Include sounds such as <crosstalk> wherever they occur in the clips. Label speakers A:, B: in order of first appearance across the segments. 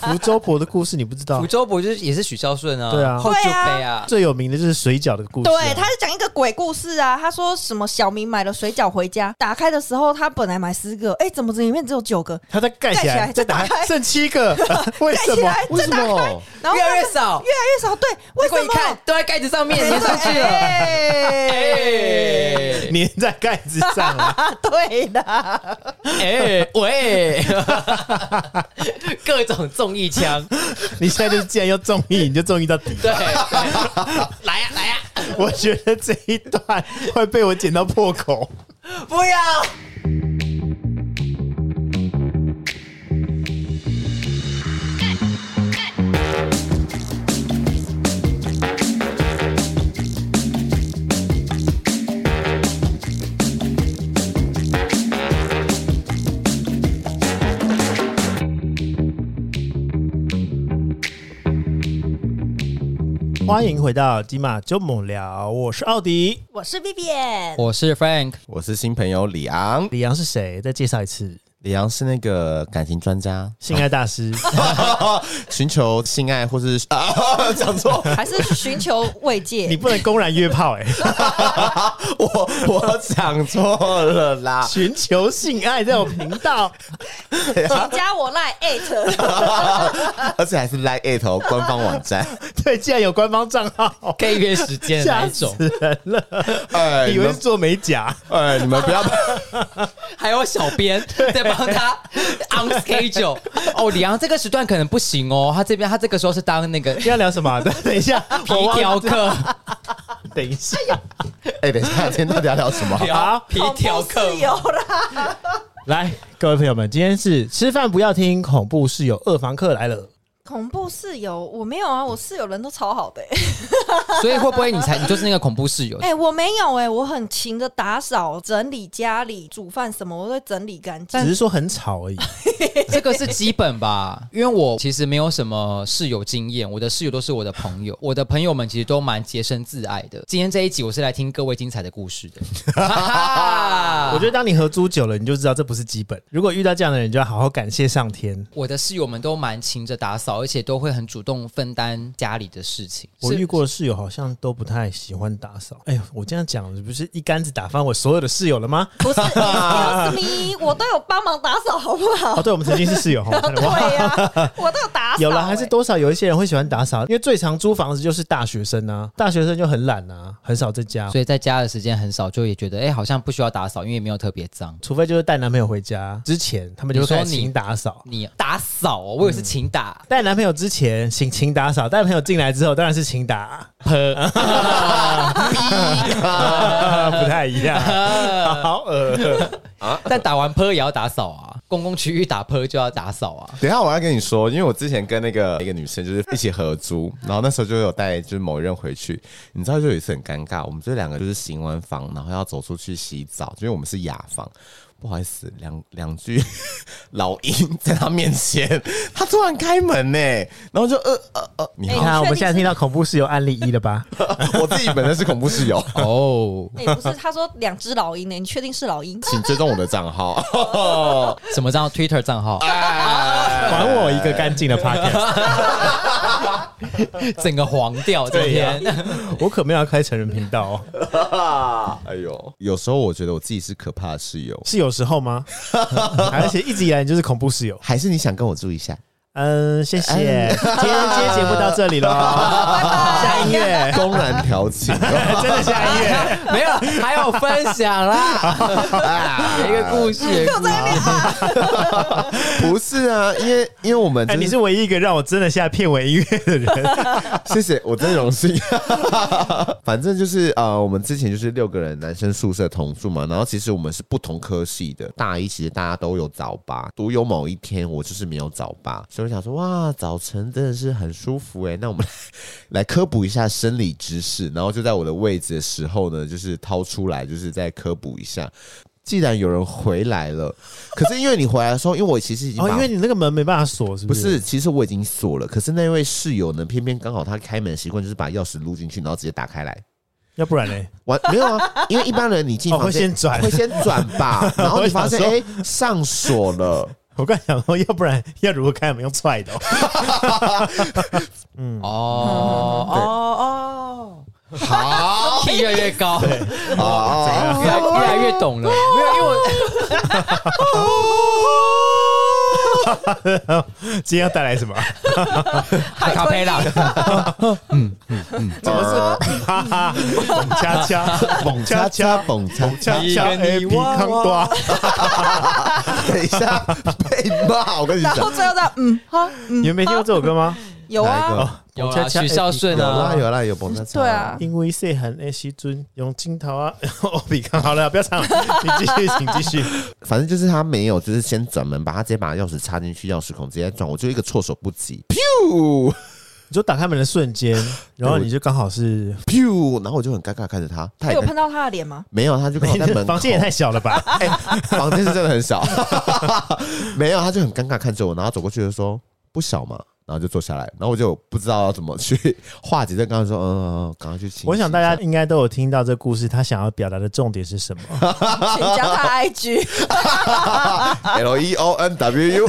A: 福州婆的故事你不知道
B: 福？州不就是也是许孝顺啊？
A: 啊对啊
B: 后
C: 对
B: 酒
C: 啊
B: 杯啊，
A: 最有名的就是水饺的故事啊、
C: 对，他是讲一个鬼故事啊。他说什么小明买了水饺回家，打开的时候他本来买十个，哎、怎么里面只有九个？
A: 他再盖起
C: 盖起
A: 来，
C: 来
A: 再打
C: 再打
A: 开，
C: 开
A: 剩七个，为什么？
D: 为什么？
C: 然后
B: 越
C: 他
B: 来越
C: 们
B: 少
C: 越。来越少，对，为
B: 结果
C: 什
B: 一
C: 么？
B: 看都在盖子上面
C: <laughs>
B: 粘上去了。
C: 哎
B: 哎
A: 粘在盖子上了。
C: 啊，对的，
B: 哎喂， <laughs> 各种中意枪，
A: 你现在就是既然要中意，你就中意到底。
B: 对，对来呀啊来呀，
A: 我觉得这一段会被我剪到破口。
B: 不要。
A: 欢迎回到金马周猛聊，我是奥迪。
C: 我是 Vivian，
B: 我是 Frank，
D: 我是新朋友李昂，
A: 李阳是谁？再介绍一次，
D: 李昂是那个感情专家，
A: 性爱大师。
D: 寻求性爱或是 <laughs> 啊，讲错， <laughs>
C: 还是寻求
A: <laughs>
C: 慰
A: 你
C: 藉。
A: 不能公然约炮哎、
D: 我我讲错了啦。
A: 寻求性爱这种频道，
C: 请加我 <laughs> 赖 at，
D: 而且还是 Like It 哦官方网站，
A: 对，竟然有官方账号，
B: 可以约时间的那
A: 吓
B: 一种
A: 死，人了，
D: 哎，
A: 以
D: 你
A: 为
D: 们
A: 是做美甲。
D: 哎，你们不要
B: 还有小编在帮他 on schedule。哦，李昂这个时段可能不行哦，他这边他这个时候是当那个
A: 今天要聊什么？等等一
C: <laughs>
A: 下，
B: 皮
A: 我忘
B: 雕刻，
A: 等一下，
D: 哎，等一下，今天到底要聊什么？
A: 啊
B: 聊皮雕刻
C: 是。有啦，
A: 来，各位朋友们，今天是吃饭不要听恐怖室友二房客来了。
C: <laughs> 恐怖室友我没有啊，我室友人都超好的、欸。 <laughs>
B: 所以会不会你 <laughs> 才你就是那个恐怖室友
C: 哎、？我没有哎、我很勤的打扫、整理家里、煮饭什么，我都会整理干
A: 只
C: 净。
A: 是说很吵而
C: <laughs>
A: 已，
B: 这个是基本吧，因为我其实没有什么室友经验，我的室友都是我的朋友，我的朋友们其实都蛮洁身自爱的。今天这一集我是来听各位精彩的故事的，哈哈
A: 我觉得当你合租久了，你就知道这不是基本。如果遇到这样的人，你就要好好感谢上天。
B: <laughs> 我的室友们都蛮勤着打扫，而且都会很主动分担家里的事情。
A: 我
B: 是
A: 遇过的室友好像都不太喜欢打扫。哎呦，我这样讲，你不是一竿子打翻我所有的室友了吗？
C: 不是，excuse me，我都有帮忙打扫，好不 <laughs> 好？
A: 哦，对，我们曾经是室友，哈，我看了
C: <laughs> 对
A: 哇
C: 呀、 <laughs> 我都有打扫、
A: 有了，还是
C: 欸
A: 多少有一些人会喜欢打扫，因为最常租房子就是大学生啊，大学生就很懒啊，很少在家，
B: 所以在家的时间很少，就也觉得哎、好像不需要打扫，因为没有特别脏。
A: 除非就是带男朋友回家之前，他们就会
B: 你说
A: 开始勤
B: 你
A: 打扫。
B: 你打扫、哦，我也是
A: 嗯
B: 勤
A: <laughs>
B: 打， <laughs>
A: 带男朋友之前勤勤打扫，带男朋友进来之后当然是勤 <laughs> 打，呵，不太一样，好呃恶。
B: 但打完泼也要打扫 <laughs> 啊，公共区域打泼就要打扫 <laughs> 啊。
D: 等一下，我要跟你说，因为我之前跟那个一个女生就是一起合租，然后那时候就有带就是某一任回去，你知道就有一次很尴尬，我们就两个就是行完房，然后要走出去洗澡，因为我们是雅房，不好意思，两两句 <laughs> 老鹰在他面前， <laughs> 他突然开门呢、然后就呃呃呃，你
A: 你
D: 好，
A: 看，
C: 哎你确定
A: 我们现在听到恐怖室友案例一了
C: <laughs>
A: 吧？
D: 我自己本身是恐怖室友，
B: 哦，
C: 哎、不是，他说两只老鹰呢、欸你确定是老鹰？
D: 请追踪我的账号，
B: 什么账号？Twitter 账号，
D: <laughs>
A: 还我一个干净的 podcast，
B: <laughs> 整个黄掉今天。 <laughs>
A: 我可没有要开成人频道哦，
D: 哎呦，有时候我觉得我自己是可怕的室友，
A: 是有时候 <laughs> 吗？而且一直以来你就是恐怖室友。
D: 还是你想跟我住一下？
A: 嗯，谢谢，今天今天节目到这里
C: <laughs>
A: 喽，下音乐，
D: <laughs> 公然
A: <laughs>
D: 调情。
A: 真的下音乐。 <laughs>
B: 没有，还有分享
D: 哎
B: 啦，有一个故事。
D: 不是啊，因为因为我们、
A: 哎，你是唯一一个让我真的下片尾音乐的人。
D: 谢谢，我真荣幸。 <laughs> 反正就是呃，我们之前就是六个人男生宿舍同住嘛，然后其实我们是不同科系的。大一其实大家都有早八，独有某一天我就是没有早八，所以我想说哇，早晨真的是很舒服哎、那我们 <laughs> 来科普一下生理知识，然后就在我的位置的时候呢，就是掏出来，就是再科普一下。既然有人回来了，可是因为你回来的时候，因为我其实已经
A: 哦，
D: 把
A: 因为你那个门没办法锁，是
D: 不
A: 是？
D: 是，其实我已经锁了，可是那位室友呢，偏偏刚好他开门的习惯就是把钥匙撸进去，然后直接打开来。
A: 要不然 <laughs> 呢？
D: 完没有啊， <laughs> 因为一般人你进
A: 哦
D: 房间、
A: 会先转 <laughs>
D: 会先转吧，然后你发现
A: 我想 <laughs>
D: 哎、诶上锁了，
A: 我刚才想说，要不然要如何开门用踹 <laughs> 的哦、
B: 嗯哦
C: 哦
D: 好
B: 哦，气越来越 <laughs> 高，越
A: 哦
D: 好，
B: 来越来越懂了。没有，因为我
A: 今天要带来什么？
B: 卡佩拉，
A: 怎么是？哈哈，蹦恰恰，蹦恰恰，蹦
D: <laughs> 蹦恰恰，
A: 恰哎恰
B: 你跟
A: ，A
B: 你
A: P
B: 娃
A: 康
B: 娃
A: 多，
D: 等一下被骂，我跟你
C: 然
D: 讲，
C: 后最后的嗯好嗯
A: 你们没听过这首歌吗？
C: 有
D: 哪一
C: 啊，
D: 个？
B: 有
A: 恰
B: 啊，
A: 恰
B: 许孝顺
D: 有啦
B: 啊，
D: 有啦有蹦恰恰，
C: 对啊，
A: 因为岁寒爱惜尊，用镜头啊，我比康好了，不要唱 <laughs> 了，你继续，请继续。
D: 反正就是他没有，就是先转门，把他直接把钥匙插进去钥匙孔，直接转，我就一个措手不及，噗
A: 你就打开门的瞬间，然后你就刚好是，
D: 噗，然后我就很尴尬看着他，他
C: 你
D: 也
C: 有碰到他的脸吗？
D: 没有，他就刚好在门口，
A: 房间也太小了吧？ <laughs>
D: 哎、房间是真的很小， <laughs> 没有，他就很尴尬看着我，然后走过去就说不小嘛，然后就坐下来，然后我就不知道要怎么去 <laughs> 化解，就刚刚说嗯嗯，嗯赶快去请。
A: 我想大家应该都有听到这故事，他想要表达的重点是什么？
C: 请加他 IG，
D: L E O N W U，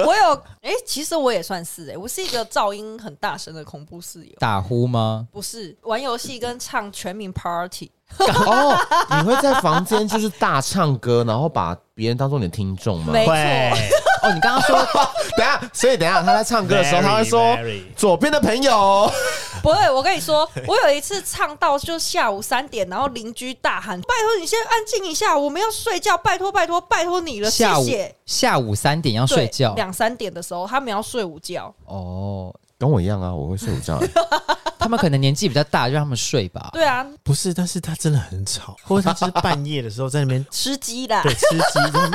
D: <laughs>
C: 我有哎、其实我也算是哎、我是一个噪音很大声的恐怖室友，
B: 打呼吗？
C: 不是玩游戏跟唱全民 Party，
D: 哦，你会在房间就是大唱歌，然后把别人当做你的听众吗？
C: 没错
A: 会，
B: 哦，你刚刚说
D: <laughs> 等一下，所以等一下他在唱歌的时候，他会说
A: Very, very
D: 左边的朋友， <laughs>
C: 不会，我跟你说，我有一次唱到就下午三点，然后邻居大喊：“拜托你先安静一下，我们要睡觉，拜托拜托拜托你了，谢
B: 下午
C: 谢。
B: 下午三点要
C: 对”
B: 睡觉
C: 两三点的时候，他们要睡午觉。
B: 哦，
D: 跟我一样啊，我会睡午觉、
B: 他们可能年纪比较大，就让他们睡吧。
C: 对啊，
A: 不是，但是他真的很吵，或者他就是半夜的时候在那边
C: 吃鸡啦
A: 对，吃鸡，在那边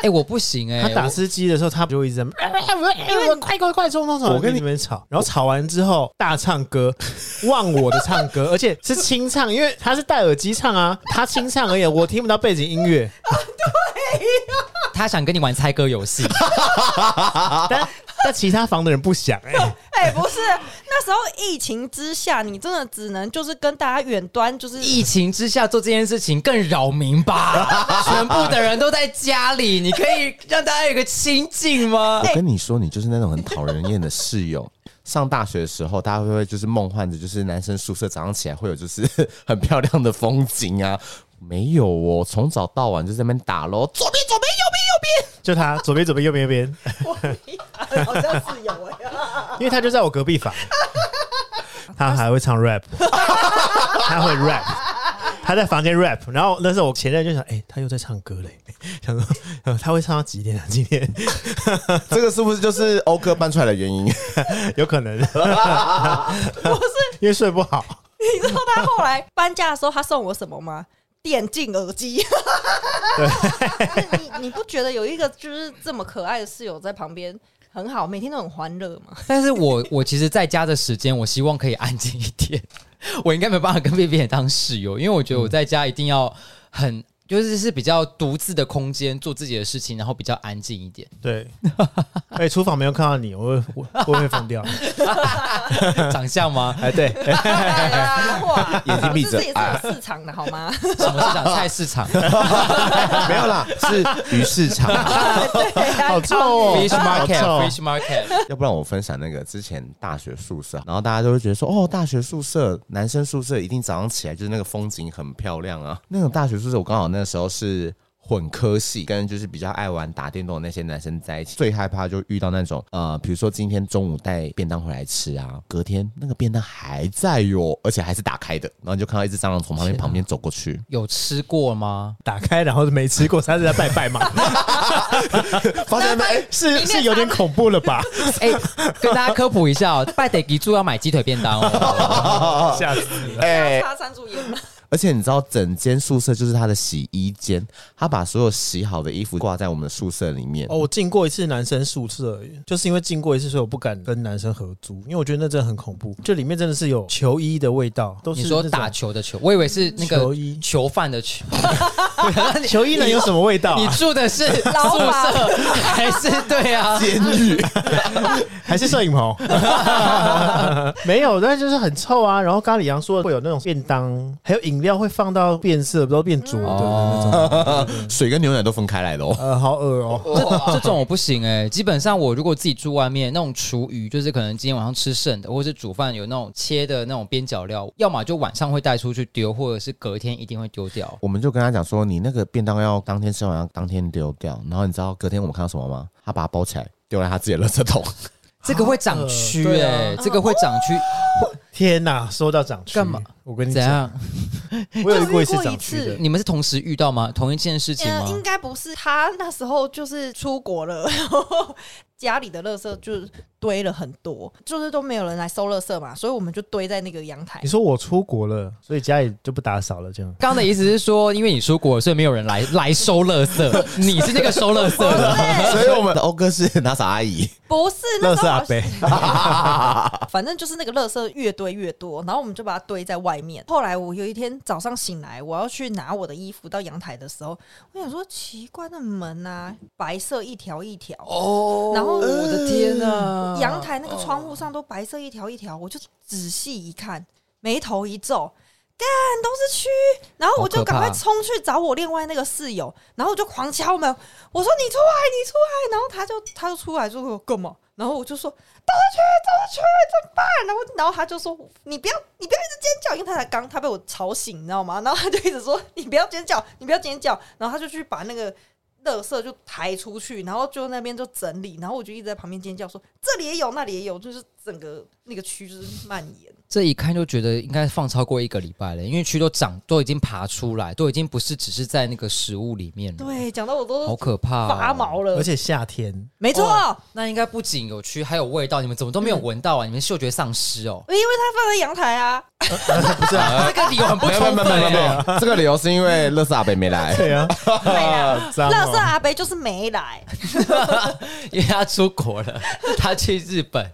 B: 哎，我不行哎，
A: 他打
B: 我
A: 吃鸡的时候，他就会一直在那边。
C: 因为
A: 快快快冲冲冲！
D: 我跟你
A: 们吵，然后吵完之后大唱歌，忘我的唱歌，而且是清唱，因为他是戴耳机唱啊，他清唱而已，我听不到背景音乐。
B: 他想跟你玩猜歌游 <laughs> 戏，
A: 但但其他房的人不想哎、
C: 哎、不是那时候疫情之下，你真的只能就是跟大家远端，就是
B: 疫情之下做这件事情更扰民 <laughs> 吧？全部的人都在家里，你可以让大家有个清静吗？
D: 我跟你说，你就是那种很讨人厌的室友。上大学的时候，大家会不会就是梦幻着，就是男生宿舍早上起来会有就是 <laughs> 很漂亮的风景啊？没有哦，从早到晚就在那边打咯，左边左边右
A: 就他左边左边右边右
C: <laughs>
A: 边，
C: 好像是有哎、
A: 因为他就在我隔壁房，他还会唱 rap，他会 rap。他在房间 rap，然后那时候我前任就想，哎、他又在唱歌嘞，想说、呃他会唱到几点啊？今天
D: 边右边，这个是不是就是欧哥搬出来的原因？ <laughs>
A: 有可能，
C: <laughs> 不是，
A: 因为睡不好。
C: 你知道他后来搬家的时候，他送我什么吗？电竞耳机。你 <laughs> 你不觉得有一个就是这么可爱的室友在旁边很好，每天都很欢乐吗？
B: <laughs> 但是我我其实在家的时间，我希望可以安静一点。 <laughs> 我应该没办法跟贝贝当室友，因为我觉得我在家一定要很。就是是比较独自的空间做自己的事情，然后比较安静一 <laughs> 点。
A: 对，哎、厨房没有看到你，我会我我会疯掉。
B: 长相吗？
A: 哎，对，
C: 哎呀哇
D: 眼睛闭
C: 这
D: 着
C: 是也是有市场的好吗？
B: <laughs> 什么市场？菜市 <laughs> 场
D: 没有啦，是鱼市场。
C: 对啊
A: 好臭哦
B: ，fish
A: 好臭
B: market，fish market。
D: 要不然我分享那个之前大学宿舍，然后大家都会觉得说，哦，大学宿舍男生宿舍一定早上起来就是那个风景很漂亮啊。那种大学宿舍，我刚好那时候是。混科系跟就是比较爱玩打电动的那些男生在一起，最害怕就遇到那种呃，比如说今天中午带便当回来吃啊，隔天那个便当还在哟，而且还是打开的，然后你就看到一只蟑螂从旁边旁边走过去，
B: 有吃过吗？
A: 打开然后没吃过，他是在拜拜
C: <laughs>
A: 嘛？
D: 发现没？哎
A: 是是有点恐怖了吧？
B: 哎、跟大家科普一下
A: <laughs>
B: 哦，拜得吉柱要买鸡腿便当哦。
A: 吓死！
D: 哎
C: 擦山竹盐吗？
D: 而且你知道，整间宿舍就是他的洗衣间，他把所有洗好的衣服挂在我们的宿舍里面。
A: 哦，我进过一次男生宿舍而已，就是因为进过一次，所以我不敢跟男生合租，因为我觉得那真的很恐怖。这里面真的是有球衣的味道，都是
B: 你说
A: 那种
B: 打球的球，我以为是那
A: 球
B: 个
A: 衣
B: 囚犯的球。
A: <laughs> 球衣能有什么味道、
B: 你
A: 啊？
B: 住的是宿
C: 牢房
B: 舍还是
A: <laughs>
B: 对啊？
D: 监狱
A: 还是摄影棚？ <laughs> 没有，但就是很臭啊。然后咖喱羊说会有那种便当，还有饮料会放到变色，不知道变浊的那种。
D: 嗯水跟牛奶都分开来的哦。
A: 呃，好恶哦、
B: 这种我不行哎、基本上我如果自己住外面，那种厨余就是可能今天晚上吃剩的，或是煮饭有那种切的那种边角料，要么就晚上会带出去丢，或者是隔天一定会丢掉。
D: <laughs> 我们就跟他讲说，你那个便当要当天吃完，要当天丢掉。然后你知道隔天我们看到什么吗？他把它包起来，丢在他自己的垃圾 <laughs> 桶。
B: 这个会长蛆
A: 啊对
B: 哎、
A: 啊
B: 这个会长蛆，
A: 天哪，说到长蛆，
B: 干嘛？
A: 我跟你
B: 怎
A: 讲，
B: 样？
A: 我有遇过一次
C: 就遇过
A: 长
C: 一
A: 蛆
C: 次
A: 的。
B: 你们是同时遇到吗？同一件事情
C: 呃，应
B: 吗？
C: 该不是他那时候就是出国了，然后家里的垃圾就堆了很多，就是都没有人来收垃圾嘛，所以我们就堆在那个阳台
A: 你。说我出国了，所以家里就不打扫了，这样。
B: 刚刚的意思是说，因为你出国，所以没有人来 <laughs> 来收垃
D: <laughs>
B: 圾，你是那个收垃圾的。
D: 所以我 <laughs> 们的哦欧哥是打扫阿姨，
C: 不是 <laughs> 那
A: 乐
C: 时
A: 色
C: 候
A: 阿
C: 好像
A: 北，
C: 反正就是那个垃圾越堆越多，然后我们就把它堆在外面。后来我有一天早上醒来，我要去拿我的衣服到阳台的时候，我想说奇怪，那门啊，白色一条一条，
B: 哦
C: 然后
B: 我的天呐，
C: 阳台那个窗户上都白色一条一条，我就仔细一看，眉头一皱，干都是蛆。然后我就
B: 好可怕
C: 赶快冲去找我另外那个室友，然后我就狂敲门，我说你出来，你出来。然后他就他就出来就说干嘛？然后我就说都是蛆，都是蛆，怎么办？然后然后他就说你不要你不要一直尖叫，因为他才刚他被我吵醒，你知道吗？然后他就一直说你不要尖叫，你不要尖叫。然后他就去把那个垃圾就抬出去，然后就那边就整理，然后我就一直在旁边尖叫说这里也有，那里也有，就是整个那个区就是蔓延。
B: 这一看就觉得应该放超过一个礼拜了，因为蛆都长都已经爬出来，都已经不是只是在那个食物里面了，
C: 对，讲到我
B: 好
C: 都
B: 可怕、哦
C: 发。毛了，
A: <laughs> 而且夏天
C: 没错。。
B: 那应该不仅有蛆，还有味道，你们怎么都没有闻到啊？你们嗅觉丧失哦
D: <laughs>
C: 因为它放在阳台啊，
B: 不是啊，这个理由很不
D: 没有没有
B: 充
D: 没有没有
B: 分
D: 没
B: 欸。
D: 有，这个理由是因为乐色阿北没来。
A: 对啊，
C: <laughs> <laughs> 对啊，
A: <laughs> 脏
C: 垃圾
A: 哦。
C: 阿伯就是没
A: <laughs>
C: 来，
B: <laughs> 因为他出国了，他去日本，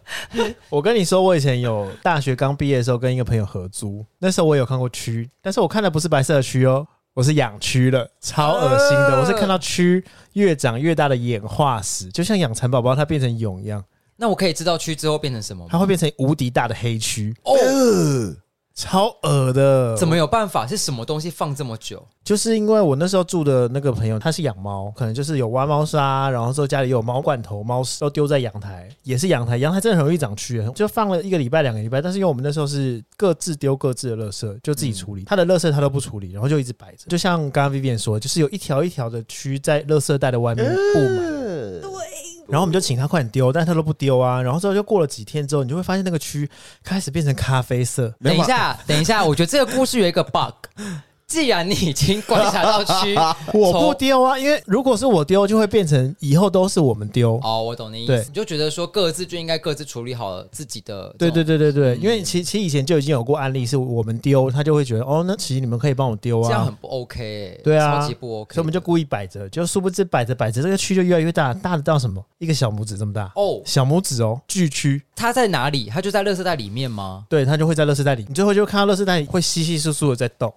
A: 我跟你说，我以前有大学刚毕业的时候跟一个朋友合租，那时候我有看过蛆，但是我看的不是白色的蛆哦，我是养蛆了，超恶心的。
B: 呃
A: 我是看到蛆越长越大的演化史，就像养蚕宝宝它变成蛹一样，
B: 那我可以知道蛆之后变成什么
A: 它
B: 吗？
A: 会变成无敌大的黑蛆，
D: 呃
A: 超恶的。
B: 怎么有办法？是什么东西放这么久？
A: 就是因为我那时候住的那个朋友，他是养猫，可能就是有挖猫砂，然后之后家里有猫罐头、猫屎都丢在阳台，也是阳台，阳台真的很容易长蛆，就放了一个礼拜、两个礼拜。但是因为我们那时候是各自丢各自的垃圾，就自己处理，他的垃圾他都不处理，然后就一直摆着。就像刚刚 Vivian 说，就是有一条一条的蛆在垃圾袋的外面布满。然后我们就请他快点丢，但他都不丢啊。然后之后就过了几天之后，你就会发现那个蛆开始变成咖啡色，
B: 等一下，等
A: <laughs>
B: 一下，我觉得这个故事有一个 bug。既然你已经观察到蛆，
A: <laughs> 我不
B: 从
A: 丢啊，因为如果是我丢，就会变成以后都是我们丢。
B: 哦，我懂你意
A: 对
B: 思，你就觉得说各自就应该各自处理好了自己的。
A: 对对，对对对，因为其其实以前就已经有过案例，是我们丢，他就会觉得哦，那其实你们可以帮我丢
B: 这样
A: 啊
B: 很，不 OK，欸
A: 对啊
B: 超级不 OK。
A: 所以我们就故意摆着，就殊不知摆着摆着，这个区就越来越大，大的到什么？一个小拇指这么大，
B: 哦，
A: 小拇指哦，巨区，
B: 他在哪里？他就在垃圾袋里面吗？
A: 对，它就会在垃圾袋里，你最后就会看到垃圾袋会稀稀疏疏的在动，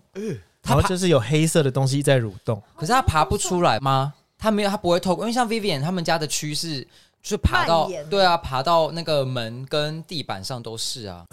A: 然后就是有黑色的东西在蠕动，
B: 可是他爬不出来吗？他没有，他不会透过，因为像 Vivian 他们家的蛆是。就是爬到
C: 蔓延
B: 对啊，爬到那个门跟地板上都是啊，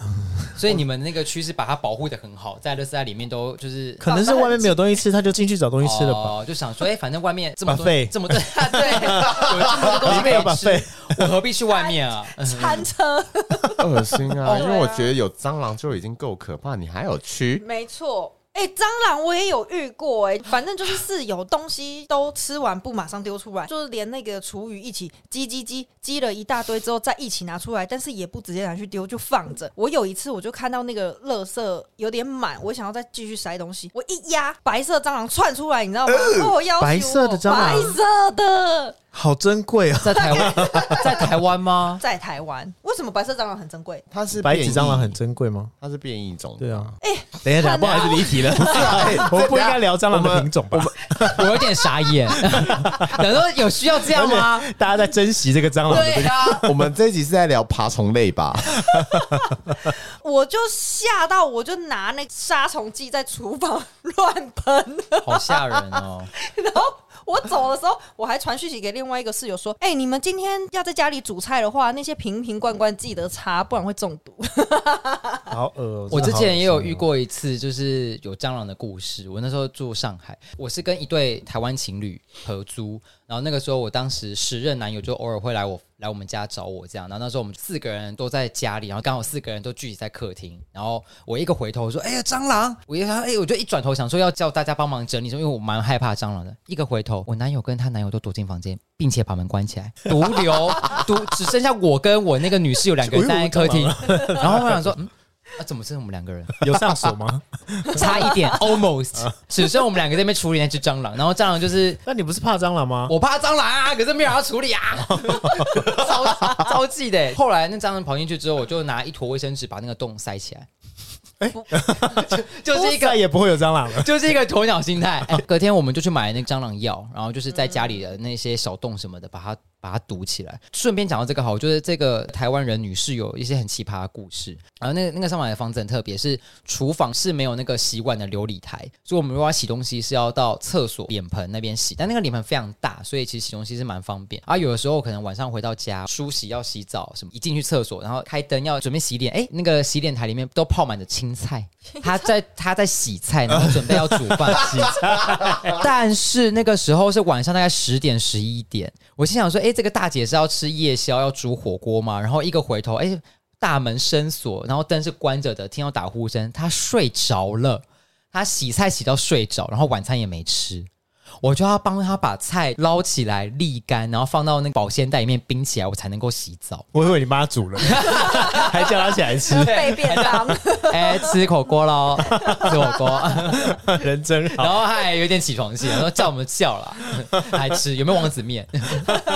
B: 所以你们那个区是把它保护的很好，在垃圾袋里面都就是
A: 可能是外面没有东西吃，它就进去找东西吃了吧。
B: 哦，就想说，哎、反正外面这么多
A: Buffet
B: 这么多， <laughs> 对，有这么多东西可
A: 没有
B: 以
A: buffet
B: 吃，我何必去外面啊？
C: 餐车，
D: <laughs> 恶心啊！
C: 对啊
D: <laughs> 因为我觉得有蟑螂就已经够可怕，你还有蛆，
C: 没错。哎、蟑螂我也有遇过哎、反正就是室友东西都吃完不马上丢出来，就是连那个厨余一起积积积积了一大堆之后再一起拿出来，但是也不直接拿去丢，就放着。我有一次我就看到那个垃圾有点满，我想要再继续塞东西，我一压白色蟑螂窜出来，你知道吗？哦，
A: 呃
C: 要求我
A: 白色的蟑螂
C: 白色的
A: 好珍贵啊！
B: 在台
A: <laughs>
B: 湾，在台湾吗？
C: 在台湾，为什么白色蟑螂很珍贵？
D: 它是
A: 白纸蟑螂很
D: 变异，
A: 珍贵吗？
D: 它是变异种。
A: 对啊，哎、等一下，等一下，不好意思，离题了。 <laughs>
D: 哎，
A: 我们不应该聊蟑螂的品种吧？
B: 我有点傻眼， <laughs> 想说有需要这样吗？
A: 大家在珍惜这个蟑螂的
B: 对啊，
D: 我们这一集是在聊爬虫类吧？
C: <laughs> 我就吓到，我就拿那杀虫剂在厨房 <laughs> 乱喷，
B: 好吓人哦！
C: 然后我走的时候，我还传讯息给另外一个室友说：“哎、你们今天要在家里煮菜的话，那些瓶瓶罐罐记得擦，不然会中毒。
A: 好恶哦、
B: 我
A: 真的
B: 之
A: 好恶
B: 前也有
A: 心
B: 遇
A: 哦，
B: 过一次，就是有蟑螂的故事。我那时候住上海，我是跟一对台湾情侣合租，然后那个时候我当时时任男友就偶尔会来我来我们家找我这样，然后那时候我们四个人都在家里，然后刚好四个人都聚集在客厅，然后我一个回头我说：“哎呀，蟑螂！”我一想，哎，我就一转头想说要叫大家帮忙整理，因为我蛮害怕蟑螂的。一个回头，我男友跟她男友都躲进房间，并且把门关起来，独留独 <laughs> 只剩下我跟我那个女室友两个人站在客厅，然后我想说，嗯。啊，怎么剩我们两个人？
A: 有上手吗？
B: 差一点，almost，只剩我们两个在那边处理那只蟑螂。然后蟑螂就是
A: <laughs> 那你不是怕蟑螂吗？
B: 我怕蟑螂啊，可是没有人要处理啊，超超气的欸。后来那蟑螂跑进去之后，我就拿一坨卫生纸把那个洞塞起来， <laughs> 就 <laughs> 就是一个
A: 再也不会有蟑螂了。 <laughs>。
B: 就是一个鸵鸟心态、哎隔天我们就去买那个蟑螂药，然后就是在家里的那些小洞什么的，把它把它堵起来。顺便讲到这个好，我觉得这个台湾人女士有一些很奇葩的故事。然后那个那个上海的房子很特别，是厨房是没有那个洗碗的琉璃台，所以我们如果要洗东西是要到厕所脸盆那边洗，但那个脸盆非常大，所以其实洗东西是蛮方便。啊，有的时候可能晚上回到家梳洗要洗澡什么，一进去厕所，然后开灯要准备洗脸，哎，那个洗脸台里面都泡满了青菜， <laughs> 他在他在洗菜，然后准备要煮饭 <laughs> 洗菜，但是那个时候是晚上大概十点十一点，我心想说，哎，这个大姐是要吃夜宵要煮火锅吗？然后一个回头，哎。大门深锁，然后灯是关着的，听到打呼声，他睡着了。他洗菜洗到睡着，然后晚餐也没吃。我就要帮他把菜捞起来沥干，然后放到那个保鲜袋里面冰起来，我才能够洗澡
A: 我以为你妈煮了， <laughs> 还叫她起来吃， <laughs>
C: <laughs> 被便当，
B: 哎、吃火锅喽，吃火锅，
A: 人真好。
B: <laughs> 然后还有点起床气，然后叫我们叫啦， <laughs> 还吃有没有王子面？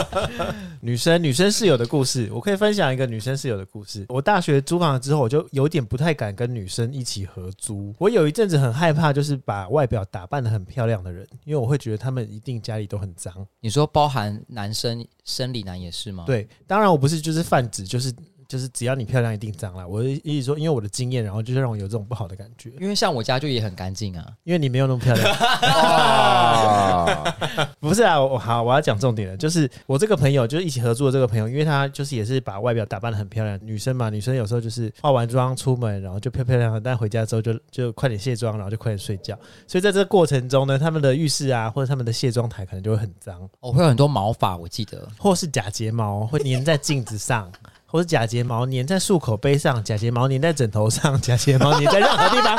B: <laughs>
A: 女生女生室友的故事，我可以分享一个女生室友的故事。我大学租房之后，我就有点不太敢跟女生一起合租。我有一阵子很害怕，就是把外表打扮的很漂亮的人，因为我会觉得他们一定家里都很脏。
B: 你说包含男生生理男也是吗？，
A: 对，当然我不是就是泛指，就是就是只要你漂亮一定脏啦。我的意思说，因为我的经验，然后就是让我有这种不好的感觉，
B: 因为像我家就也很干净啊。
A: 因为你没有那么漂亮。
D: <laughs> 啊，
A: 不是啊，我好，我要讲重点了，就是我这个朋友，就是一起合作的这个朋友，因为她就是也是把外表打扮的很漂亮，女生嘛，女生有时候就是化完妆出门，然后就漂漂亮亮，但回家之后就就快点卸妆，然后就快点睡觉，所以在这个过程中呢，他们的浴室啊，或者他们的卸妆台可能就会很脏，
B: 我、会有很多毛发，我记得。 <laughs>
A: 或是假睫毛会粘在镜子上。 <laughs> 或是假睫毛粘在漱口杯上，假睫毛粘在枕头上， <laughs> 假睫毛粘在任何 <laughs> 地方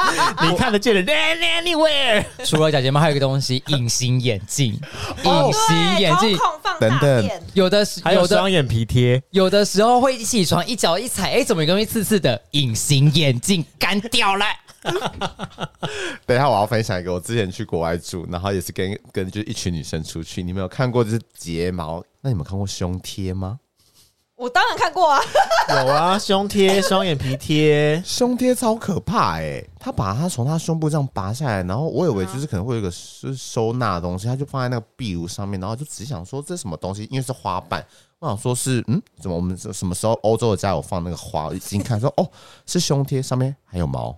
A: 你看得见的 anywhere。
B: 除了假睫毛，还有一个东西，隐形眼镜。隐形眼镜
C: 对高控放
D: 等
C: 大
D: 等
C: 片，
B: 有的是
A: 还有
B: 有的
A: 双眼皮贴，
B: 有的时候会起床一脚一踩，哎、怎么有个东西刺刺的？隐形眼镜干掉
A: <laughs>
B: 了。
D: 等一下我要分享一个，我之前去国外住，然后也是跟跟就是一群女生出去，你们有看过就是睫毛？那你们看过胸贴吗？
C: 我当然看过啊， <laughs>
A: 有啊，胸贴、双眼皮贴，
D: 胸贴超可怕哎、他把它从他胸部这样拔下来，然后我以为就是可能会有一个是收纳的东西，他就放在那个壁炉上面，然后就只想说这是什么东西，因为是花瓣，我想说是嗯，怎么我们什么时候欧洲的家有放那个花？我已经看说哦，是胸贴上面还有毛，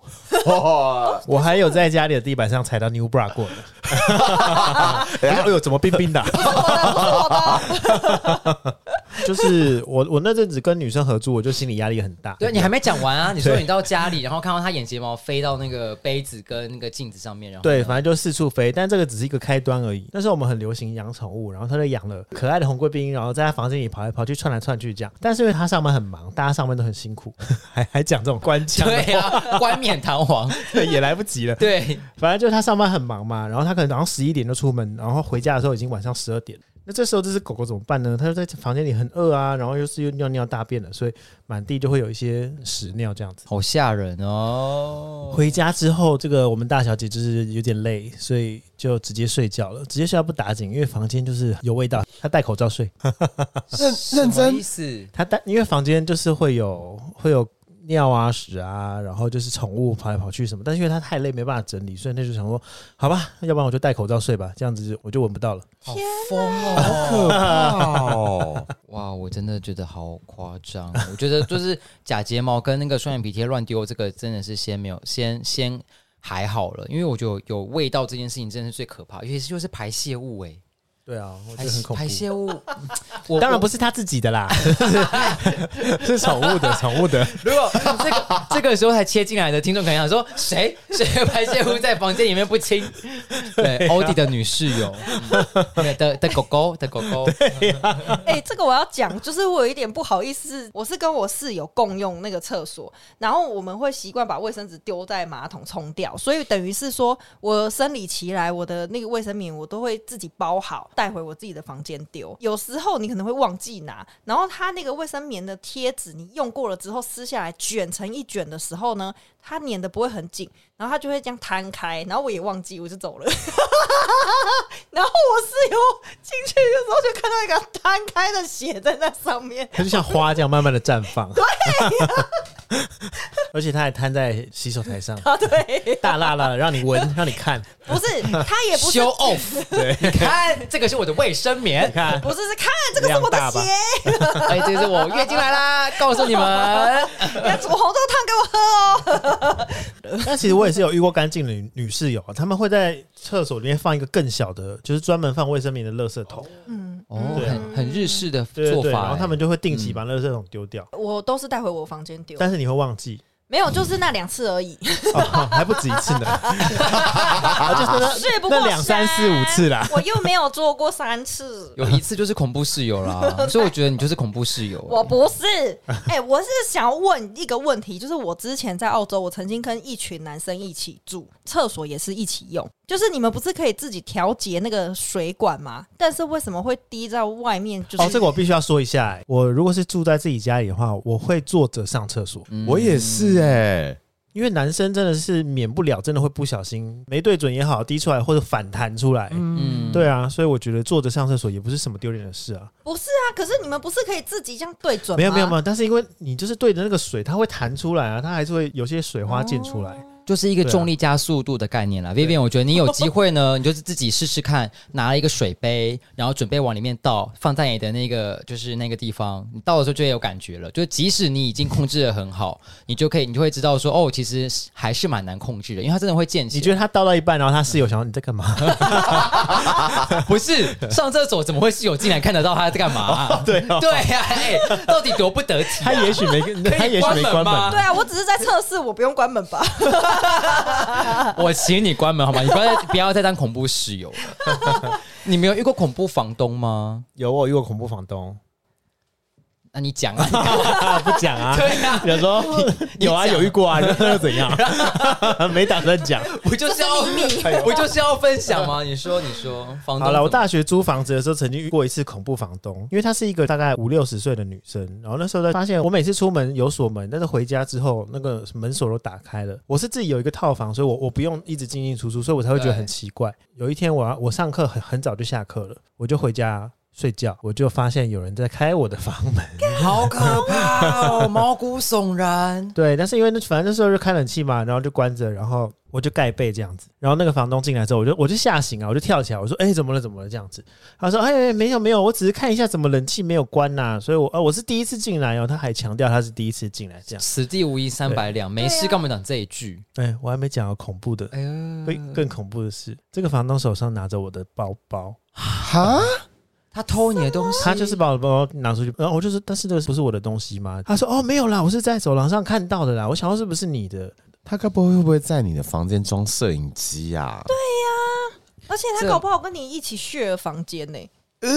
A: 我还有在家里的地板上踩到 New Bra 过的， <laughs> 哎呦，怎么冰冰的啊、 <laughs> 就是我，我那阵子跟女生合租，我就心理压力很大。
B: 对你还没讲
A: <laughs>
B: 完啊？你说
A: 对
B: 你到家里，然后看到他眼睫毛飞到那个杯子跟那个镜子上面，然后
A: 对，
B: 呢
A: 反正就四处飞，但这个只是一个开端而已。那时候我们很流行养宠物，然后他就养了可爱的红贵宾，然后在他房间里跑来跑去、窜来窜去这样。但是因为他上班很忙，大家上班都很辛苦， <laughs> 还还讲这种官腔的话，
B: <laughs> 对啊，冠冕堂皇。
A: <laughs> 对， <laughs> 也来不及了。
B: 对，
A: 反正就是他上班很忙嘛，然后他可能早上十一点就出门，然后回家的时候已经晚上十二点。那这时候这只狗狗怎么办呢？它就在房间里很饿啊，然后又是又尿尿大便了，所以满地就会有一些屎尿这样子。
B: 好吓人哦。
A: 回家之后，这个我们大小姐就是有点累，所以就直接睡觉了。直接睡觉不打紧，因为房间就是有味道。她戴口罩睡，
D: 认认
B: 什么
D: 真
B: 意思？
A: 她戴因为房间就是会有 <laughs> 会有尿啊屎啊，然后就是宠物跑来跑去什么。但是因为她太累，没办法整理，所以她就想说，好吧，要不然我就戴口罩睡吧，这样子我就闻不到了。
B: 好疯哦，好可
D: 哦，
B: <laughs> 哇，我真的觉得好夸张。我觉得就是假睫毛跟那个双眼皮贴乱丢，这个真的是先没有，先先还好了，因为我觉得有味道这件事情真的是最可怕，尤其是就是排泄物哎、
A: 对啊，我觉
B: 排
A: 得很恐怖 <laughs>
B: 排。泄物，我
A: 当然不
B: 是。
A: 是他自己的啦， <laughs> 是宠物的，宠物 <laughs> 的。
B: 如果这 <laughs> 个这个时候才切进来的听众，可能想说谁谁的排泄物在房间里面不清？对，欧弟的女室友，嗯对的的狗狗的狗狗，
C: <laughs> 哎、这个我要讲，就是我有一点不好意思，我是跟我室友共用那个厕所，然后我们会习惯把卫生纸丢在马桶冲掉，所以等于是说我生理期来，我的那个卫生棉我都会自己包好带回我自己的房间丢。有时候你可能会忘记拿，然后它那个卫生棉的贴纸，你用过了之后撕下来卷成一卷的时候呢，它粘的不会很紧，然后它就会这样摊开，然后我也忘记我就走了。然后我室友进去的时候就看到一个摊开的血在那上面，
A: 它就像花这样慢慢的绽放。 <laughs> 对、 <laughs> 而且它还摊在洗手台上，
C: 啊，对，
A: 大辣辣的让你闻， <laughs> 让你看，
C: <laughs> 不是，他也不是
B: show off，
A: 对
B: 你看这个是我的卫生棉
A: 你，看，
C: 不是是看这个是我的
A: 量大吧
C: 血，
B: 哎，这是我月经来啦，告诉你们，
C: 你要煮红豆汤给我喝哦。
A: 但其实我也是有遇过干净的女女室友，她们会在厕所里面放一个更小的，就是专门放卫生棉的垃圾桶，
B: 哦，
A: 对啊
B: 很很日式的
A: 对
B: 做
A: 对对，嗯
B: 法，哎
A: 然后她们就会定期把垃圾桶丢掉，
C: 我都是带回我房间丢，
A: 但是你会忘 <laughs> 记，
C: 没有，就是那两次而 <laughs> 已。
A: 哦、还不止一次 <laughs> 呢，啊就是
C: 睡不过
A: 那那两三四五次啦，
C: 我又没有做过三次，
B: 有一次就是恐怖室友 <laughs> 啦，所以我觉得你就是恐怖室友。
C: 我不是。哎、我是想要问一个问题，就是我之前在澳洲，我曾经跟一群男生一起住，厕所也是一起用。就是你们不是可以自己调节那个水管吗？但是为什么会滴在外面？就是、
A: 哦，这个我必须要说一下、欸我如果是住在自己家里的话，我会坐着上厕所，
B: 嗯
D: 我也是哎，
A: 因为男生真的是免不了，真的会不小心没对准也好，滴出来或者反弹出来。
B: 嗯
A: 对啊，所以我觉得坐着上厕所也不是什么丢脸的事啊。
C: 不是啊，可是你们不是可以自己这样对准吗？
A: 没有没有没有，但是因为你就是对着那个水，它会弹出来啊，它还是会有些水花溅出来。
B: 就是一个
A: 对啊
B: 重力加速度的概念啦。Vivian，我觉得你有机会呢，你就是自己试试看，拿一个水杯，然后准备往里面倒，放在你的那个就是那个地方，你倒的时候就会有感觉了。就即使你已经控制的很好，你就可以，你就会知道说，哦，其实还是蛮难控制的，因为它真的
A: <laughs>
B: 会溅起来。
A: 你觉得他倒到一半，然后他室友想说你在干嘛？
B: 不是上厕所怎么会室友进来看得到他在干嘛、
A: <laughs> 对啊，
B: 对呀、哎、到底多不得体、啊
A: 他也许没， <laughs> 他也许没
B: 关门
A: 关
B: 吗
A: 门。
C: 对啊，我只是在测试，我不用关门吧？ <laughs>
B: 我请你关门好吗？你不要再不要再当恐怖室友了。你没有遇过恐怖房东吗？
A: 有我有遇过恐怖房东，
B: 那你讲啊，
A: <laughs> 啊不讲啊。
B: 对啊，
A: 有时候 <laughs> 有啊，
B: 你讲
A: 有遇过 <laughs> 啊，那又怎样？没打算讲。
B: 我就是要 <laughs> 我就是要分享吗？你说，你说，房东
A: 好了，我
B: 怎么
A: 大学租房子的时候，曾经遇过一次恐怖房东，因为她是一个大概五六十岁的女生，然后那时候在发现，我每次出门有锁门，但是回家之后那个门锁都打开了。我是自己有一个套房，所以我我不用一直进进出出，所以我才会觉得很奇怪。有一天我要我上课很很早就下课了，我就回家。睡觉，我就发现有人在开我的房门。
B: 好可怕哦，毛骨悚然。
A: 对，但是因为那反正那时候就开冷气嘛，然后就关着，然后我就盖被这样子。然后那个房东进来之后，我就我就吓醒啊，我就跳起来，我说：“哎、怎么了？怎么了？”这样子。他说：“哎、没有没有，我只是看一下怎么冷气没有关呐、所以我呃我是第一次进来哦。”他还强调他是第一次进来，这样。
B: 此地无银三百两，没事
C: 对啊
B: 干嘛讲这一句？
A: 哎、我还没讲到恐怖的，
B: 哎呀，
A: 更更恐怖的是，这个房东手上拿着我的包包，
D: 哈，
B: 他偷你的东西，
A: 他就是把我的包包拿出去，然后我就说：“但是这个不是我的东西吗？”他说：“哦，没有啦，我是在走廊上看到的啦，我想说是不是你的。”
D: 他该不会会不会在你的房间装摄影机啊呀？
C: 而且他
B: 这
C: 搞不好跟你一起 share 房间呢、
D: 呃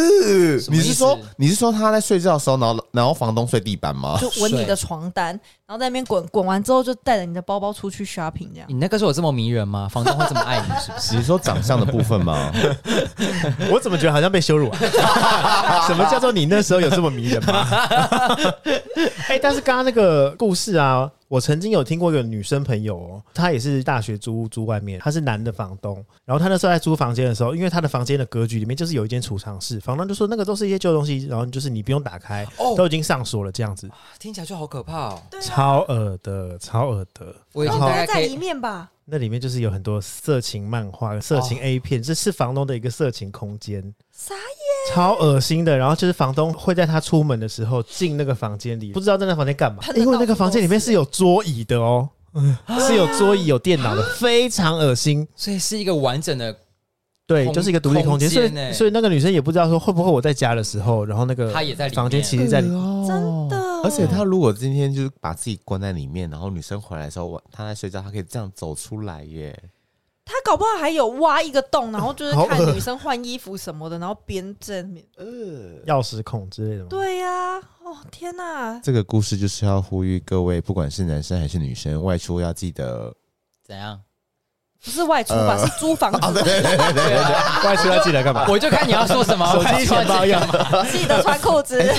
B: 什么
D: 你
B: 意
D: 是
B: 思
D: 说你是说他在睡觉的时候，然后然后房东睡地板吗？
A: 哦
C: 就闻你的床单，然后在那边滚滚完之后，就带着你的包包出去 shopping 这样
A: 嗯
B: 你。那个时候有这么迷人吗？房东会这么爱你是不是？
D: <laughs> 你是说长相的部分 <laughs> 吗？
A: 我怎么觉得好像被羞辱啊？什么叫做你那时候有这么迷人吗？哎、但是刚刚那个故事啊，我曾经有听过一个女生朋友哦，她也是大学租屋租外面，她是男的房东，然后她那时候在租房间的时候，因为她的房间的格局里面就是有一间储藏室，房东就说那个都是一些旧东西，然后就是你不用打开，
B: 哦
A: 都已经上锁了这样子，
B: <laughs> 听起来就好可怕哦。
A: 超恶的，超恶的。
B: 我已
A: 然
B: 经
A: 后
B: 大概
C: 应该
B: 可
C: 在
B: 以
C: 里面吧？
A: 那里面就是有很多色情漫画、色情
B: 哦
A: A 片，这是房东的一个色情空间。
C: 啥？
A: 超恶心的。然后就是房东会在他出门的时候进那个房间里，不知道在那房间干嘛
C: 他，的
A: 因为那个房间里面是有桌椅的哦，
B: 啊
A: 是有桌椅有电脑的，非常恶心。
B: 所以是一个完整的
A: 对，
B: 空
A: 就是一个独立空间，
B: 空
A: 所
B: 间
A: 以
B: 欸
A: 所以那个女生也不知道说会不会我在家的时候，然后那个
B: 她也在里
A: 呃
B: 面
A: 房间，其实在里
C: 真的，
D: 而且他如果今天就是把自己关在里面，然后女生回来的时候，晚他在睡觉，他可以这样走出来耶。
C: 他搞不好还有挖一个洞，然后就是
A: 好恶
C: 看女生换衣服什么的，然后边正
A: <laughs>
C: 面。
A: 钥匙孔之类的吗？
C: 对呀、哦天哪，
D: 这个故事就是要呼吁各位，不管是男生还是女生，外出要记 <laughs> 得
B: 怎样？
C: 不是外出吧，
D: 呃
C: 是租房
A: <laughs> 哦
C: 子，
B: 对啊，
D: <laughs>
A: 外出要记得干嘛？
B: 我就看你要说什么。
A: 手机钱包要，
C: 记得穿
A: <laughs>
C: 裤子。
A: 哎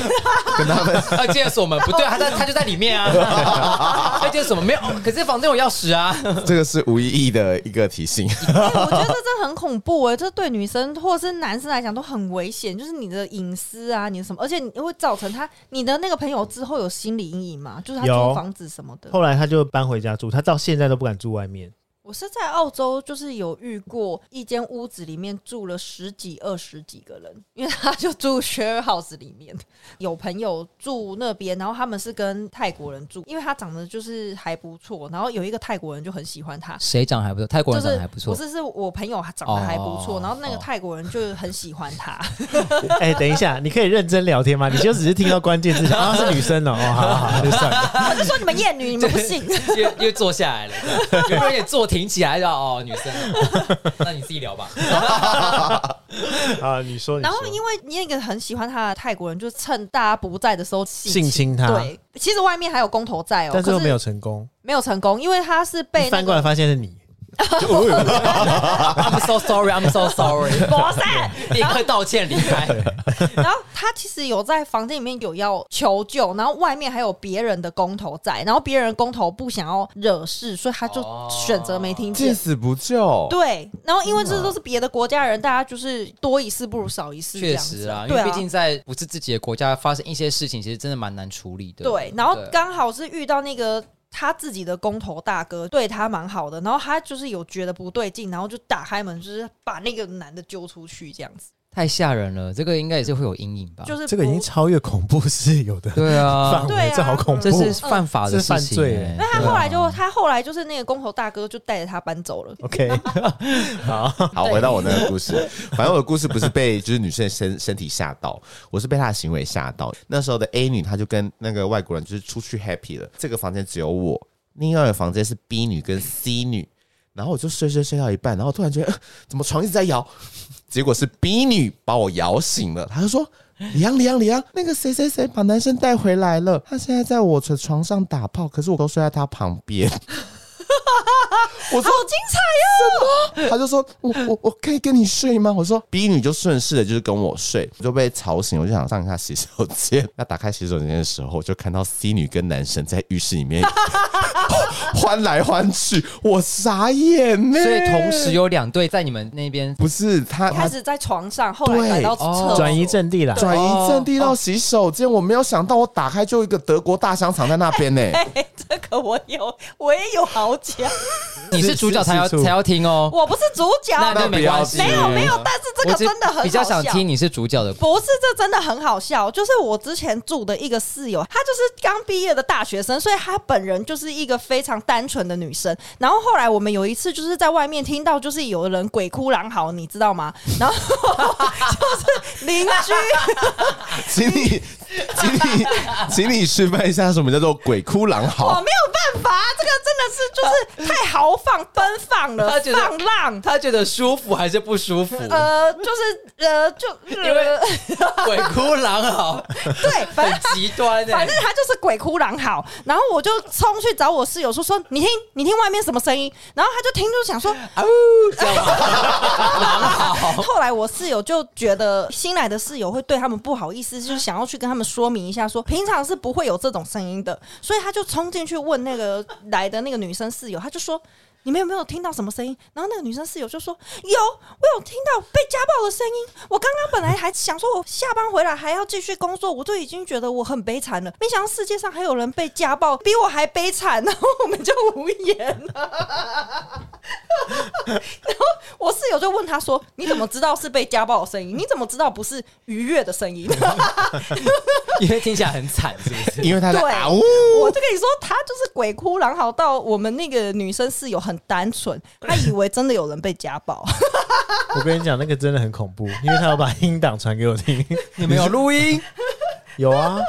D: 跟他们
B: 啊，这个锁门不对啊，他在他就在里面啊。那这个锁门没有，哦可是房间有钥匙啊。
D: 这个是无意义的一个提 <laughs> 醒。
C: <laughs> 哎我觉得这很恐怖哎、这对女生或者是男生来讲都很危险，就是你的隐私啊，你的什么，而且你会造成他你的那个朋友之后有心理阴影嘛，就是他
A: 有
C: 租房子什么的。
A: 后来他就搬回家住，他到现在都不敢住外面。
C: 我是在澳洲，就是有遇过一间屋子里面住了十几、二十几个人，因为他就住 share house 里面，有朋友住那边，然后他们是跟泰国人住，因为他长得就是还不错，然后有一个泰国人就很喜欢他，
B: 谁长得还不错？泰国
C: 就
B: 人长
C: 是
B: 得还不错
C: 不。是是我朋友长得还不错，
B: 哦
C: 然后那个
B: 哦
C: 泰国人就很喜欢他， <laughs>
A: <laughs> 哎、等一下，你可以认真聊天吗？你就只是听到关键字， <laughs> 然后是女生哦，哦，好好 <laughs> 好，就算了。
C: 我就说你们厌女，你们不信。
B: 又又坐下来了，有人也坐挺起来了哦，女生， <laughs> 那你自己聊吧。
A: 啊，你说，你
C: 然后因
A: 说，
C: 为那个很喜欢他的泰国人，就趁大家不在的时候性
A: 性侵他
C: 对，其实外面还有公投在哦，
A: 但是
C: 可
A: 又没有成功，
C: 没有成功，因为他是被那
A: 翻过来
C: 个
A: 发现是你。
B: I'm so sorry, I'm so sorry，
C: <laughs> 博散。
B: 立刻道歉离开。
C: 啊然后他其实有在房间里面有要求救，然后外面还有别人的公投在，然后别人的公投不想要惹事，所以他就
B: 哦
C: 选择没听
D: 见
C: 见。
D: 死不救。
C: 对，然后因为这都是别的国家人，大家就是多一事不如少一事，这
B: 确
C: 样
B: 实
C: 子
B: 啊，因
C: 对
B: 为
C: 啊
B: 毕，竟在不是自己的国家发生一些事情，其实真的蛮难处理的。
C: 对，然后
B: 对啊
C: 刚好是遇到那个。他自己的工头大哥对他蛮好的，然后他就是有觉得不对劲，然后就打开门，就是把那个男的揪出去，这样子，
B: 太吓人了，这个应该也是会有阴影吧？
C: 就是
A: 这个已经
C: 不
A: 超越恐怖是有的
B: 对啊
A: 范，围，
C: 对啊
A: 这好恐怖。
B: 这是犯法的
A: 这是
B: 事
A: 犯
B: 情
A: 罪
B: 欸。
C: 那他
B: 对啊
C: 后来就他后来就是那个工头大哥就带着他搬走了。 <laughs>
A: OK，
D: <laughs> 好，回到我那个故事，反正我的故事不是被就是女生的身身体吓到，我是被她的行为吓到。那时候的 A 女，她就跟那个外国人就是出去 happy 了，这个房间只有我，另外一个房间是 B 女跟 C 女，然后我就睡睡睡到一半，然后突然觉得、呃怎么床一直在摇，结果是 B 女把我摇醒了，她就说。李阳，李阳，李阳，那个谁谁谁把男生带回来了，他现在在我的床上打炮，可是我都睡在他旁边。我
C: 好
D: 说
C: 精彩哦！
D: 他就说：“我我我可以跟你睡吗？”我说：“B 女就顺势的，就是跟我睡，我就被吵醒，我就想上一下洗手间。 <laughs> 那打开洗手间的时候，就看到 C 女跟男生在浴室里面 <laughs> 欢来欢去，我傻眼呢、
B: 所以同时有两队在你们那边，
D: 不是他，
C: 开
D: 他
C: 始在床上，后来改到厕
B: 哦
C: 所
A: 转移，阵地啦。
D: 转移阵地到洗手间，我没有想到，我打开就一个德国大香肠在那边呢、
C: 嘿这个我有，我也有好
B: <laughs>
C: 讲，
B: 你是主角才要
A: 是是是
B: 才要听哦。
C: 我不是主角，
B: 那就没关系，
D: 那
C: 没
D: 不
C: 有没有，但是这个
B: 我只
C: 真的很好
B: 比较想
C: 笑
B: 听你是主角的
C: 不是，这真的很好笑。就是我之前住的一个室友，她就是刚毕业的大学生，所以她本人就是一个非常单纯的女生。然后后来我们有一次就是在外面听到，就是有人鬼哭狼嚎，你知道吗？然后 <laughs> 就是邻居，
D: <laughs> 请你，请你，请你示范一下什么叫做鬼哭狼
C: 我
D: 嚎。
C: 没有办法，啊这个真的是就是太豪放奔放了
B: 她觉，得
C: 放浪。
B: 他觉得舒服还是不舒服？
C: 呃，就是呃，就
B: 因为
C: 呃
B: 鬼哭狼嚎，
C: <laughs> 对，反正
B: 很极端
C: 反
B: 哎、
C: 正他就是鬼哭狼嚎，然后我就冲去找我室友说说你听你听外面什么声音，然后他就听就想说，
B: 啊呜，这样吗？狼嚎，
C: <laughs> 后来我室友就觉得新来的室友会对他们不好意思，就是想要去跟他们说明一下说平常是不会有这种声音的，所以他就冲进去问那个来的那个女生室友，他就说。你们有没有听到什么声音？然后那个女生室友就说：“有，我有听到被家暴的声音。我刚刚本来还想说，我下班回来还要继续工作，我就已经觉得我很悲惨了。没想到世界上还有人被家暴，比我还悲惨。然后我们就无言我室友就问他说：“你怎么知道是被家暴的声音？你怎么知道不是愉悦的声音？”
B: <laughs> 因为听起来很惨，是
D: <laughs>
B: 不是？
D: 因为他在
C: 对
D: 啊呜，
C: 我就跟你说，他就是鬼
B: <laughs>
C: 哭狼嚎到我们那个女生室友很单纯，她以为真的有人被家暴，
A: 我跟你讲，那个真的很恐怖，因为他要把音档传给我听。
B: 你没有录音？
A: 有啊，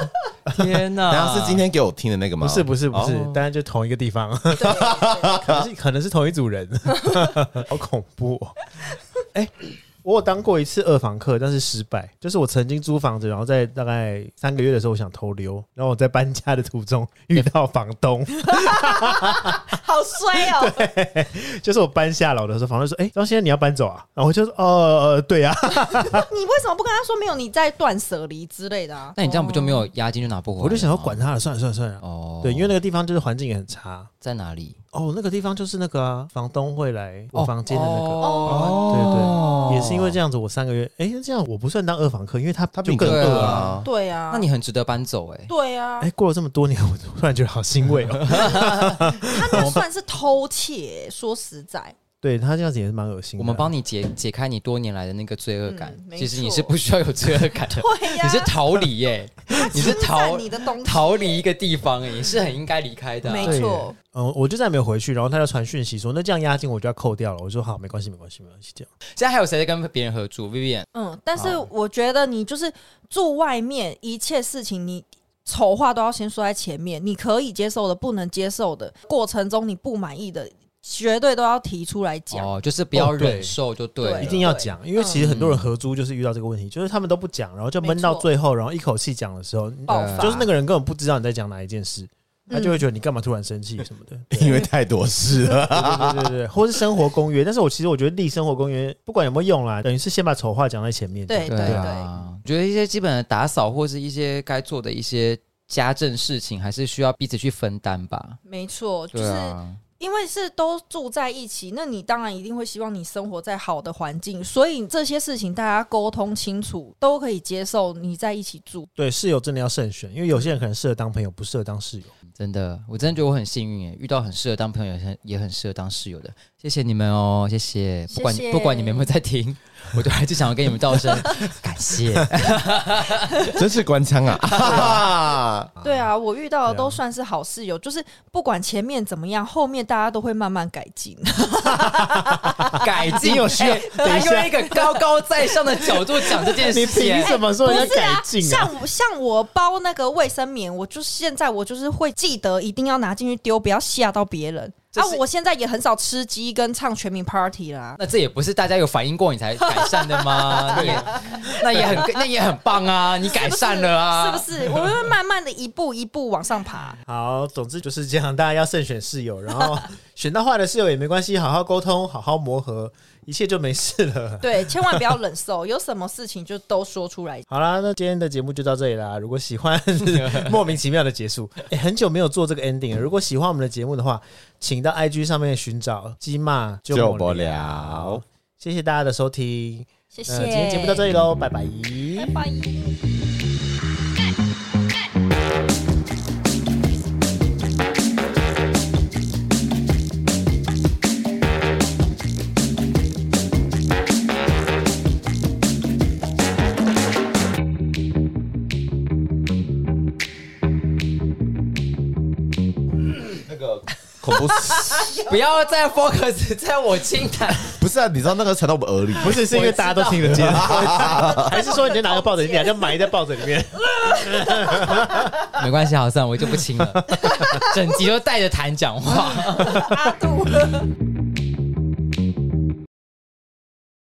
B: 天 <laughs> 哪！
D: 然后是今天给我听的那个吗？
A: 不是不是不是，
D: 哦
A: 当然就同一个地方，可能是可能是同一组人，啊 <laughs> 好恐怖、哦！哎、我有当过一次二房客，但是失败。就是我曾经租房子，然后在大概三个月的时候，我想偷溜，然后我在搬家的途中遇到房 <laughs> 东，
C: 好衰
B: <laughs>
C: 哦！
A: 就是我搬下楼的时候，房东说：“哎、张先生你要搬走啊？”然后我就说：“哦呃，对 <laughs> 啊。
C: 你为什么不跟他说没有你在断舍离之类的啊？
B: 那你这样不就没有押金就拿不”回来？
A: 哦我就想要管他了，算了算了算了。
B: 哦，
A: 对，因为那个地方就是环境也很差。
B: 在哪里？
A: 哦，那个地方就是那个啊，房东会来我房间的那个。
B: 哦
A: 也是因为这样子，我三个月，哎、这样我不算当二房客，因为他他
D: 他比
A: 就
D: 你
A: 更
D: 更
B: 对
A: 饿
D: 饿
B: 啊
A: 啊。
D: 啊！
C: 对啊，
B: 那你很值得搬走哎。
C: 对啊
A: 哎、，过了这么多年， <laughs> 我突然觉得好欣慰
B: <laughs>
A: 哦。
C: 他那算是偷窃，说实在，
A: 对他这样子也是蛮恶心的啊。
B: 我们帮你解解开你多年来的那个罪恶感
C: 嗯，没
B: 其实你
C: 错
B: 是不需要有罪恶感的，
C: 对呀，
B: <laughs> 你是逃离耶，你是
C: 侵
B: 逃
C: 占你的东西，
B: 逃离一个地方欸耶，你是很应该离开的啊。
C: 没
A: 对
C: 错。
A: 嗯，我就再也没有回去，然后他就传讯息说，那这样押金我就要扣掉了。我说好，没关系，没关系，没关系，这样。
B: 现在还有谁在跟别人合住？Vivian，
C: 嗯，但是我觉得你就是住外面，一切事情你丑话都要先说在前面，你可以接受的，不能接受的过程中，你不满意的，绝对都要提出来讲。
B: 哦，就是不要
A: 哦对
B: 忍受就对嗯了，
C: 对
A: 一定要讲，因为其实很多人合租就是遇到这个问题，就是他们都不讲，然后就闷到
C: 没错
A: 最后，然后一口气讲的时候，
C: 爆嗯
B: 对啊
C: 发
A: 就是那个人根本不知道你在讲哪一件事，他就会觉得你干嘛突然生气什
B: <laughs>
A: 么的。
D: 因为太多事了，
A: 对对对对，或是生活公约。但是我其实我觉得立生活公约不管有没有用啦，等于是先把丑话讲在前面。
C: 对
B: 对啊，我觉得一些基本的打扫或是一些该做的一些家政事情，还是需要彼此去分担吧。
C: 没错，就
B: 对
C: 是
B: 啊，
C: 因为是都住在一起，那你当然一定会希望你生活在好的环境，所以这些事情大家沟通清楚，都可以接受。你在一起住，
A: 对，室友真的要慎选，因为有些人可能适合当朋友，不适合当室
B: <laughs>
A: 友。
B: 真的，我真的觉得我很幸运耶，遇到很适合当朋友，也很也很适合当室友的。谢谢你们哦，谢谢。不管
C: 谢谢
B: 不管你们有没有在 <laughs> 听，我都还是想要跟你们道声 <laughs> 感谢。
D: <laughs> 真是官腔啊！啊
C: 对啊，我遇到的
A: 对啊
C: 都算是好室友，就是不管前面怎么样，后面大家都会慢慢改进。
B: 改进有学，他哎用一个高高在上的角度讲这件
A: <laughs>
B: 事
A: 你
B: 情
A: 凭。什么说人家
C: 不是啊
A: 改进啊？
C: 像我像我包那个卫生棉，我就现在我就是会记得一定要拿进去丢，不要吓到别人。
B: 这
C: 啊
B: 是，
C: 我现在也很少吃鸡跟唱全民 Party 啦。
B: 那这也不是大家有反应过你才改善的吗？ <laughs> 那也那也很那也很棒啊，你改善了啊，
C: 是不是？我会慢慢的一步一步往上爬。
A: 好，总之就是这样，大家要慎选室友，然 <laughs> 后选到坏的室友也没关系，好好沟通，好好磨合，一切就没事了。 <laughs>
C: 对，千万不要忍受，有什么事情就都说出来。
A: 好啦，那今天的节目就到这里啦。如果喜欢 <laughs> 莫名其妙的结束，诶很久没有做这个 ending 了。如果喜欢我们的节目的话，请到 IG 上面寻找“鸡骂
D: 救
A: 就
D: 不
A: 不
D: 了
A: 了”。谢谢大家的收听，
C: 谢谢。
A: 呃，今天节目到这里喽，拜拜。
C: 拜拜。
D: 那个恐怖
B: 不要再 focus 在我清谈，
D: <laughs> 不是啊？你知道那个传到我们耳里，
A: 不是， <laughs> 是因为大家都听得见，还是说你就拿个抱枕，你俩就埋在抱枕里面？
B: 没关系，好 <laughs>
C: 啊
B: 算了我就不清了，整集都带着痰讲话。
C: 阿杜。